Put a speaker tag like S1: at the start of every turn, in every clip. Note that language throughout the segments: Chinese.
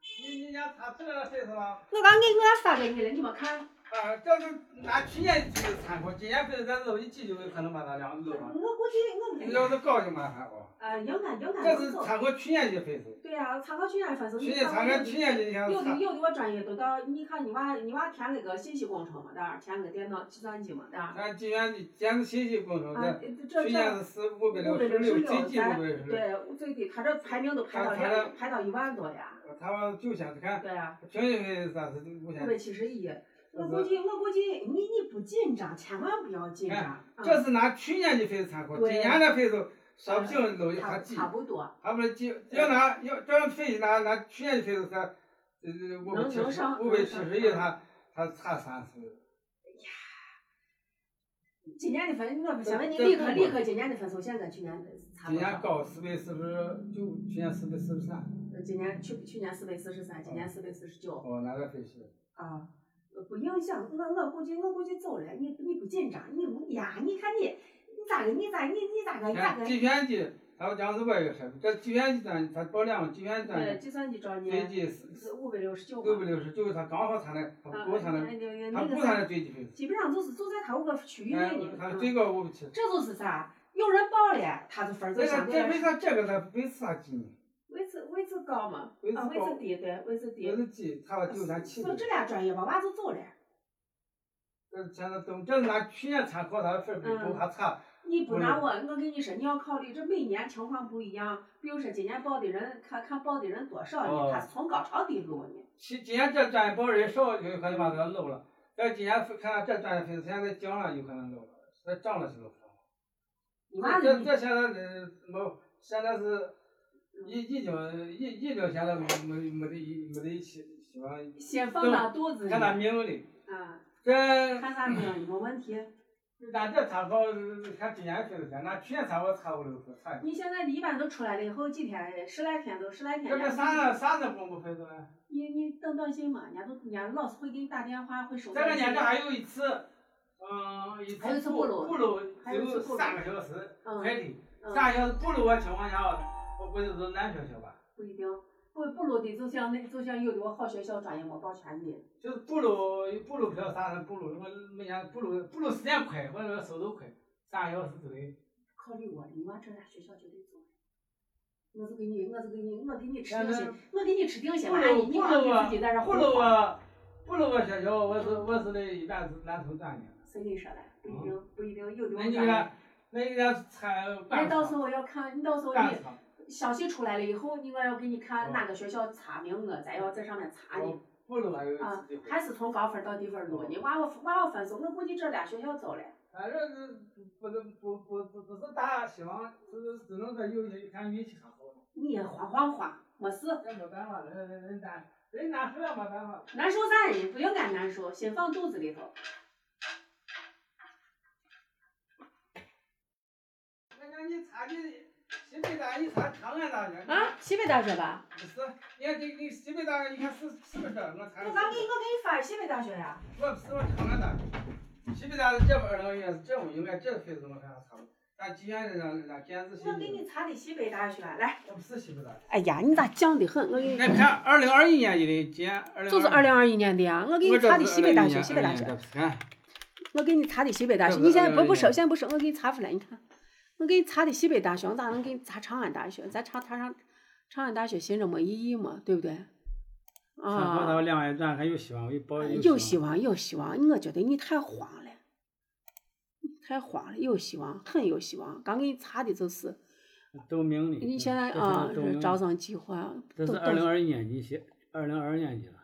S1: 今年他多大岁数了？
S2: 我刚给我三个月了，你没看？
S1: 啊，这是拿去年记的参考，今年不是咱漏一记就可能把它两漏
S2: 我
S1: 了。
S2: 估计我
S1: 你
S2: 们
S1: 要是高就麻烦哦。
S2: 啊，应该应该
S1: 这
S2: 能
S1: 是
S2: 走。
S1: 参考去年的分数，
S2: 对呀、参考去年分数，
S1: 去
S2: 你
S1: 年
S2: 看
S1: 参
S2: 我
S1: 考
S2: 们
S1: 去年的你看
S2: 有的
S1: 差，
S2: 有的我专业都到，你看你娃你娃填了个信息工程嘛，当然填了个电脑计算机嘛，当然。
S1: 咱今年的简直信息工程
S2: 啊，
S1: 的，
S2: 这
S1: 去
S2: 这
S1: 年是四五百六十六，最低五百六十六。
S2: 对最低，他这排名都排到
S1: 他他
S2: 两排到一万多呀，
S1: 他们九千，看
S2: 对呀、
S1: 平均分三十五
S2: 五
S1: 千，
S2: 百七十一。我
S1: 嗯
S2: 估计我估计你你不紧张，千万不要紧张。
S1: 这是拿去年的分数参考，今
S2: 啊对
S1: 年的分数说不定漏一
S2: 差
S1: 下
S2: 不
S1: 记。
S2: 差不多，
S1: 他不是记要拿要要分析拿拿去年的分数他，呃五百
S2: 能
S1: 七
S2: 能
S1: 十
S2: 上
S1: 五百
S2: 能
S1: 七
S2: 上
S1: 十一他他差三十，
S2: 今年的分，我不想问你
S1: 这
S2: 理
S1: 这
S2: 科
S1: 不管
S2: 理科今年的分数线跟去年的差
S1: 今
S2: 不多
S1: 年
S2: 少？
S1: 高四百四十九，去年四百四十三，
S2: 呃今年去去年四百四十三，今年四百四十九。
S1: 哦，拿个分析。
S2: 啊，呃不影响。我我估计我估计走了，你你不紧张，你不呀？你看你，你咋个？你咋你你咋个？你咋
S1: 看
S2: 个？
S1: 计算机，他讲是外个设备，这计算机端他照两个计算机
S2: 对，
S1: 端
S2: 计算机找你
S1: 最低是
S2: 是五百六十九
S1: 六百六十九，他刚好他那他
S2: 啊，
S1: 不够他那，
S2: 那
S1: 他
S2: 那
S1: 不
S2: 个
S1: 够他
S2: 啥，
S1: 那最低分数，
S2: 基本上就是就在他那个区域
S1: 哎
S2: 内的，，
S1: 他
S2: 嗯
S1: 最高五百七十。
S2: 这就是啥？有人报了，他的分儿
S1: 那
S2: 就相
S1: 个
S2: 对
S1: 哎这
S2: 来
S1: 为
S2: 说
S1: 啥这个他维持他几年？
S2: 位置位置高嘛
S1: 位，置
S2: 啊，位
S1: 高
S2: 置低对，位置低
S1: 维。持几？他就咱七
S2: 所
S1: 年
S2: 以。这俩专业吧，娃就走了。
S1: 这现在等这拿去年参考他的分儿比
S2: 嗯
S1: 都还差，
S2: 你不
S1: 嗯
S2: 拿我，我跟你说，你要考虑这每年情况不一样。比如说今年报的人，看看报的人多少
S1: 哦
S2: 呢？他是从高潮低录呢。
S1: 去今年这专业报人少，有可能把它漏了。要今年看这专业分数现在降了，有可能漏了；那涨了是漏不上。
S2: 你娃
S1: 这
S2: 子，
S1: 这现在呃没，现在是已已经已已经现在没没没得没得希希望，
S2: 你先放到肚子里
S1: 看他命里。
S2: 啊，
S1: 这
S2: 看啥病？没问题。
S1: 咱这参考呃看今年分数线，那去年参考差五六分，差一点。
S2: 你现在一般都出来了以后几天，十来天都十来天。
S1: 这不啥子啥子公布分数呢？
S2: 你你等短信嘛，人家都人家老师会给你打电话，会收
S1: 这
S2: 短
S1: 个
S2: 信。
S1: 年这还有一次，嗯，一
S2: 还有一
S1: 次
S2: 次
S1: 布
S2: 布鲁
S1: 布鲁
S2: 还有一次
S1: 有
S2: 布鲁
S1: 三个小时快
S2: 嗯
S1: 递，
S2: 嗯，
S1: 三个小时布鲁的情况下，我估计是男学校吧，
S2: 不一定。不不录的，就像那就像有的我好学校专业没报全的。
S1: 就是布鲁布鲁不知道啥是布鲁，我每年布鲁布鲁时间快，我说速度快，三个小时之内。
S2: 考虑我，你娃这俩学校就得走。我就给你，我就给你，我给你吃
S1: 但
S2: 定
S1: 是
S2: 心，我给你吃定心
S1: 布
S2: 了，阿
S1: 鲁
S2: 姨，你
S1: 布
S2: 光
S1: 鲁
S2: 给
S1: 啊
S2: 自己在这
S1: 布
S2: 胡
S1: 鲁
S2: 说。
S1: 啊布鲁个学校，我是我是那一般是南通专业，
S2: 谁跟你说的？不一定，不一定，有的
S1: 那
S2: 我
S1: 你
S2: 咋办
S1: 个那你个参
S2: 那
S1: 干
S2: 到时
S1: 场
S2: 候要看，你啊到时候
S1: 干
S2: 你
S1: 场，
S2: 消息出来了以后，你我要给你
S1: 哦
S2: 看哪个学校查名额，咱要在上面查你
S1: 我。布鲁还有一次
S2: 啊
S1: 机，会。
S2: 还是从高分到低分录你娃我娃我分数，我估计这俩学校走了。
S1: 反正是不能不不不不是大希望，只只能说有一看运气还好。
S2: 你也慌慌慌，没事，
S1: 这没办法，人人人难，人难受也没办法。
S2: 难受啥呢？不应该难受，先放肚子里头。
S1: 人家你查的西北大，你查长安大学，
S2: 啊，西北大学吧？
S1: 不是？你看这个西北大学，你看是是不是？我查
S2: 我刚给我给你发西北大学呀、
S1: 我不是我长安大学，西北大学这边儿那个也是这种，应该这个分数我看还差不多。但济源人家人家简直是，
S2: 我给你查的西北大学来。
S1: 我不是西北大学。
S2: 哎呀，你咋犟的很？我给
S1: 那看二零二一年的济源，二零
S2: 就是二零二一年的呀、我给你查的西北大学，西北大学，，
S1: 啊
S2: 我给你查的西北大学。
S1: 这
S2: 你
S1: 不是
S2: 现在不不
S1: 2021
S2: 说，现在不说，我给你查出来，你看，我给你查的西北大学，我咋能给你查长安大学？咱查查上长安大学寻着没意义嘛，对不对？
S1: 看好他
S2: 啊，
S1: 们两外转还有希望，有保希
S2: 有希望，有希望。我觉得你太慌了，你太慌了，有希望，很有希望。刚给你查的就是
S1: 望。周明理。
S2: 你现在
S1: 这
S2: 啊，
S1: 是周
S2: 是
S1: 明
S2: 招生计划，
S1: 这
S2: 都
S1: 是
S2: 都
S1: 二零二一年级写，二零二二年级了。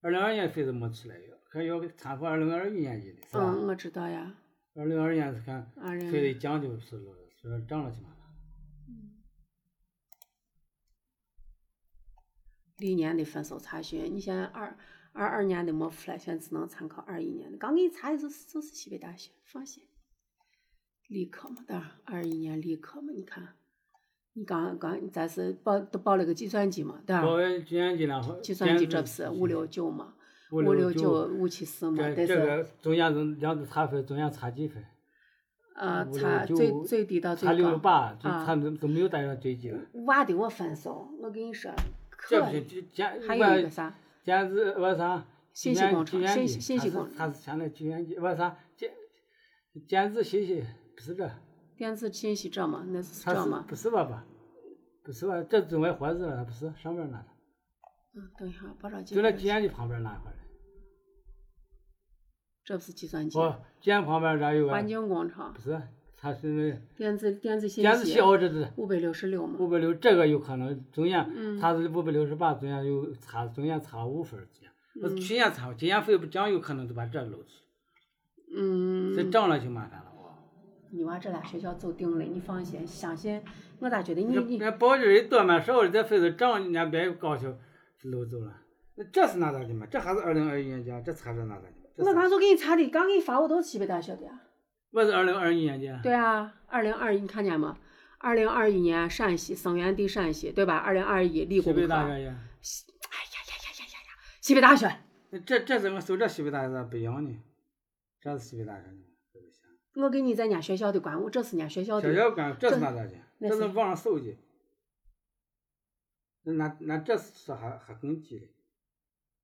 S1: 二零二年分是没出来，还要参考二零二一年级的是吧？
S2: 嗯，我嗯知道呀，
S1: 二零二二年是看
S2: 二
S1: 分
S2: 零
S1: 的讲究是了，是涨了去嘛了。
S2: 历年的分数查询，你现在二二二年的没出来，现在只能参考二一年的。刚给你查的就是就是西北大学，放心。理科嘛，当然二一年理科嘛，你看，你刚刚咱是报都报了个计算机嘛，对
S1: 我
S2: 吧？
S1: 们计算机两块，
S2: 啊计算机这不是五六九嘛，
S1: 五
S2: 五
S1: 六
S2: 九。五七四嘛，
S1: 这
S2: 但
S1: 这
S2: 是
S1: 个中间是两次差分，中间差几分？
S2: 呃，
S1: 五
S2: 查
S1: 六
S2: 最
S1: 九
S2: 最低到最
S1: 差六
S2: 高
S1: 十。八，就
S2: 啊
S1: 差都都没有带上最低了。
S2: 娃的我分手，我跟你说，
S1: 这
S2: 课
S1: 不，是简
S2: 还有一个啥？
S1: 简直我啥？
S2: 信息工程，信息信息工
S1: 他
S2: 程，
S1: 是现在计算机，我啥简简直信息不是这，
S2: 电子信息这嘛，那是
S1: 他
S2: 这
S1: 是
S2: 嘛。
S1: 不是吧吧？不是吧？这中间活字了，不是上边那的，
S2: 嗯，等一下，不着急。
S1: 就
S2: 不
S1: 那
S2: 着
S1: 计
S2: 急
S1: 算机旁边那一块儿的。
S2: 这不是计算机，
S1: 哦，计算旁边这有
S2: 环
S1: 个，
S2: 境工程
S1: 不，是，它是那
S2: 电子电子信
S1: 电子
S2: 息
S1: 器，哦，这是
S2: 五百六十六嘛。
S1: 五百六，这个有可能中间，
S2: 嗯
S1: 它是五百六十八，中间有差，中间差五分儿之间。我
S2: 嗯
S1: 去年差，今年非不讲，有可能就把这漏去，这
S2: 嗯，
S1: 涨了就麻烦了。
S2: 你娃这俩学校走定了，你放心，相信我咋觉得你
S1: 人
S2: 你
S1: 家保底人多嘛少，人家非得涨，人家别高兴就漏走了。那这是哪咋的嘛？这还是二零二一年间，这差是哪咋的？这啥
S2: 我当初给你查的，刚给你发我都是西北大学的呀。
S1: 我是二零二一年间，
S2: 对啊，二零二一你看见没？二零二一年陕西生源地陕西，对吧？二零二一理
S1: 西
S2: 工科。
S1: 北大学呀。
S2: 哎呀呀呀呀呀呀！西北大学，
S1: 那这这怎么搜这西北大学不一样呢？这是西北大学呢，这个想。
S2: 我给你在人家学校的关我这是人家学校
S1: 小
S2: 的。
S1: 学干这是哪咋的？
S2: 那
S1: 这是
S2: 是
S1: 网上搜的。那那那这说还还更急嘞，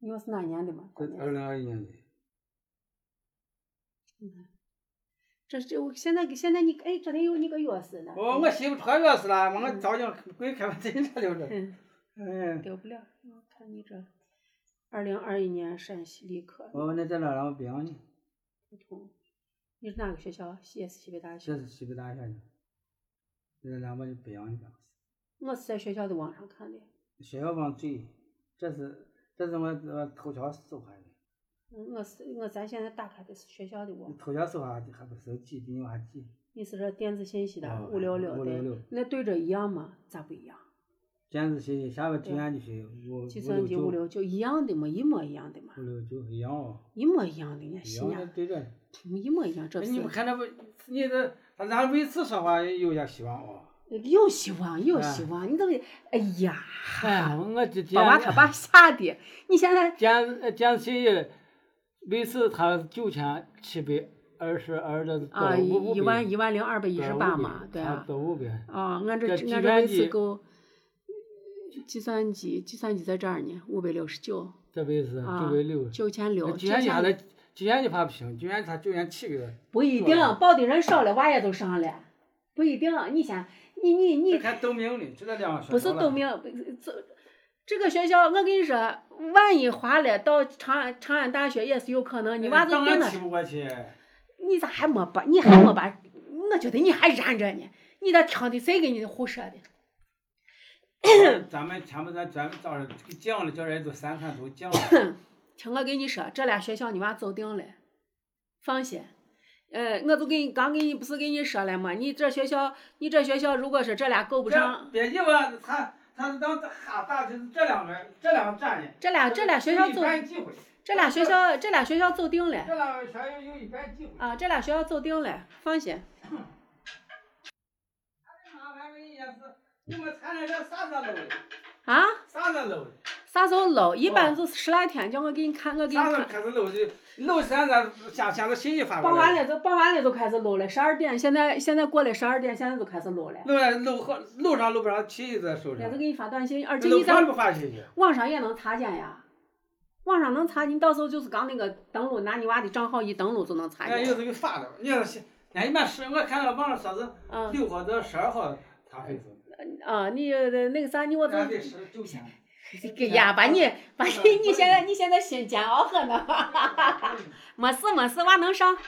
S2: 你又是哪年的嘛？
S1: 这二零二一年的。
S2: 这这我现在给现在你哎，这里有你个钥匙呢。
S1: 哦我我媳妇穿钥匙了，我早就鬼开门进这溜了。
S2: 嗯，
S1: 哎，
S2: 丢不了。我看你这，二零二一年陕西理科
S1: 我哦那这两人不一样呢，
S2: 不同，你是哪个学校？也是西北大
S1: 这
S2: 学。
S1: 是西北大学的，这两个就不一样的。
S2: 我是在学校的网上看的。
S1: 学校往对，这是这是我我头条搜来的，
S2: 嗯，我是我咱现在打开的是学校的网。
S1: 头条搜还还不是记，比你还记。
S2: 你是这电子信息的
S1: 啊
S2: 五六六
S1: 566
S2: 对，那对着一样吗？咋不一样？
S1: 简直学习，下边计算机学五五
S2: 计算
S1: 六
S2: 机
S1: 九
S2: 五六九一样的嘛，一模一样的嘛
S1: 五，六九一样哦，
S2: 一模一样的，人家
S1: 一
S2: 西
S1: 样的
S2: 安
S1: 对着。
S2: 一模一样，哎这
S1: 哎
S2: 是
S1: 你们看那不，你这咱为此说话有点希望哦。
S2: 有希望有希望，你这个 哎呀，
S1: 哎，我这
S2: 把娃他爸吓的，你现在
S1: 减减税，每次他九千七百二十二的多
S2: 啊
S1: 五五
S2: 一
S1: 百
S2: 万一万零二百一十八嘛，对
S1: 啊
S2: 啊，，
S1: 多五百。
S2: 啊，俺这
S1: 这计
S2: 俺这
S1: 算
S2: 每
S1: 机
S2: 次够，计算机计算机在这儿呢，五百六十九
S1: 这辈子
S2: 啊
S1: 九百六，
S2: 九千六，
S1: 去
S2: 九
S1: 年你还
S2: 千
S1: 得，去年你还不行，去年他九千七百。
S2: 不一定，报的人少了，娃也都上了，不一定，你先你你你
S1: 这看董明呢，就这两个学校
S2: 不是
S1: 了
S2: 都明，这这个学校，我跟你说，万一划了到长安长安大学也是有可能。你娃子
S1: 哎当
S2: 定
S1: 然
S2: 了
S1: 气，不过去。
S2: 你咋还没把？你还没把？我觉得你还染着呢，你这听的谁给你胡说的？
S1: 咱们前不咱咱们早上降了，叫人都三看都降了。
S2: 听我跟你说，这俩学校你娃走定了，放心。呃，我都跟你刚跟你不是跟你说了吗？你这学校，你这学校，如果是这俩够不上，
S1: 别别吧，他他当哈大就是这两个这两个站的，
S2: 这俩这俩学校
S1: 有一
S2: 走，
S1: 般机会，
S2: 这俩学校这俩学校走定了。
S1: 这两个学校有一般机会。
S2: 啊，这俩学校走定了，放心。
S1: 麻烦人也是，你们谈了这啥时候的？
S2: 啊？
S1: 啥时候的？
S2: 啥时候漏？一般就是十来天，叫我给你看，我给你
S1: 啥时候
S2: 看。
S1: 开始漏的？漏现在现现在信息发过
S2: 傍晚
S1: 来，
S2: 了都傍晚了都开始漏了，十二点现在现在过了十二点，现在都开始漏了。
S1: 漏了漏好漏上漏不上，信息在手
S2: 也
S1: 上
S2: 是。给你发短信，而且
S1: 漏
S2: 你
S1: 上
S2: 在
S1: 不发信息，
S2: 网上也能查见呀，网上能查见，你到时候就是刚那个登录，拿你娃的账号一登录就能查
S1: 俺
S2: 见
S1: 有。时候哎给发了。你要是，俺一般是我看到网上说是
S2: 嗯
S1: 六号到十二号查费用，
S2: 啊，你呃那个啥，你我
S1: 俺
S2: 这
S1: 得十九 天。
S2: 给呀，把你把你你现在你现在心煎熬着呢，没事没事，娃能上，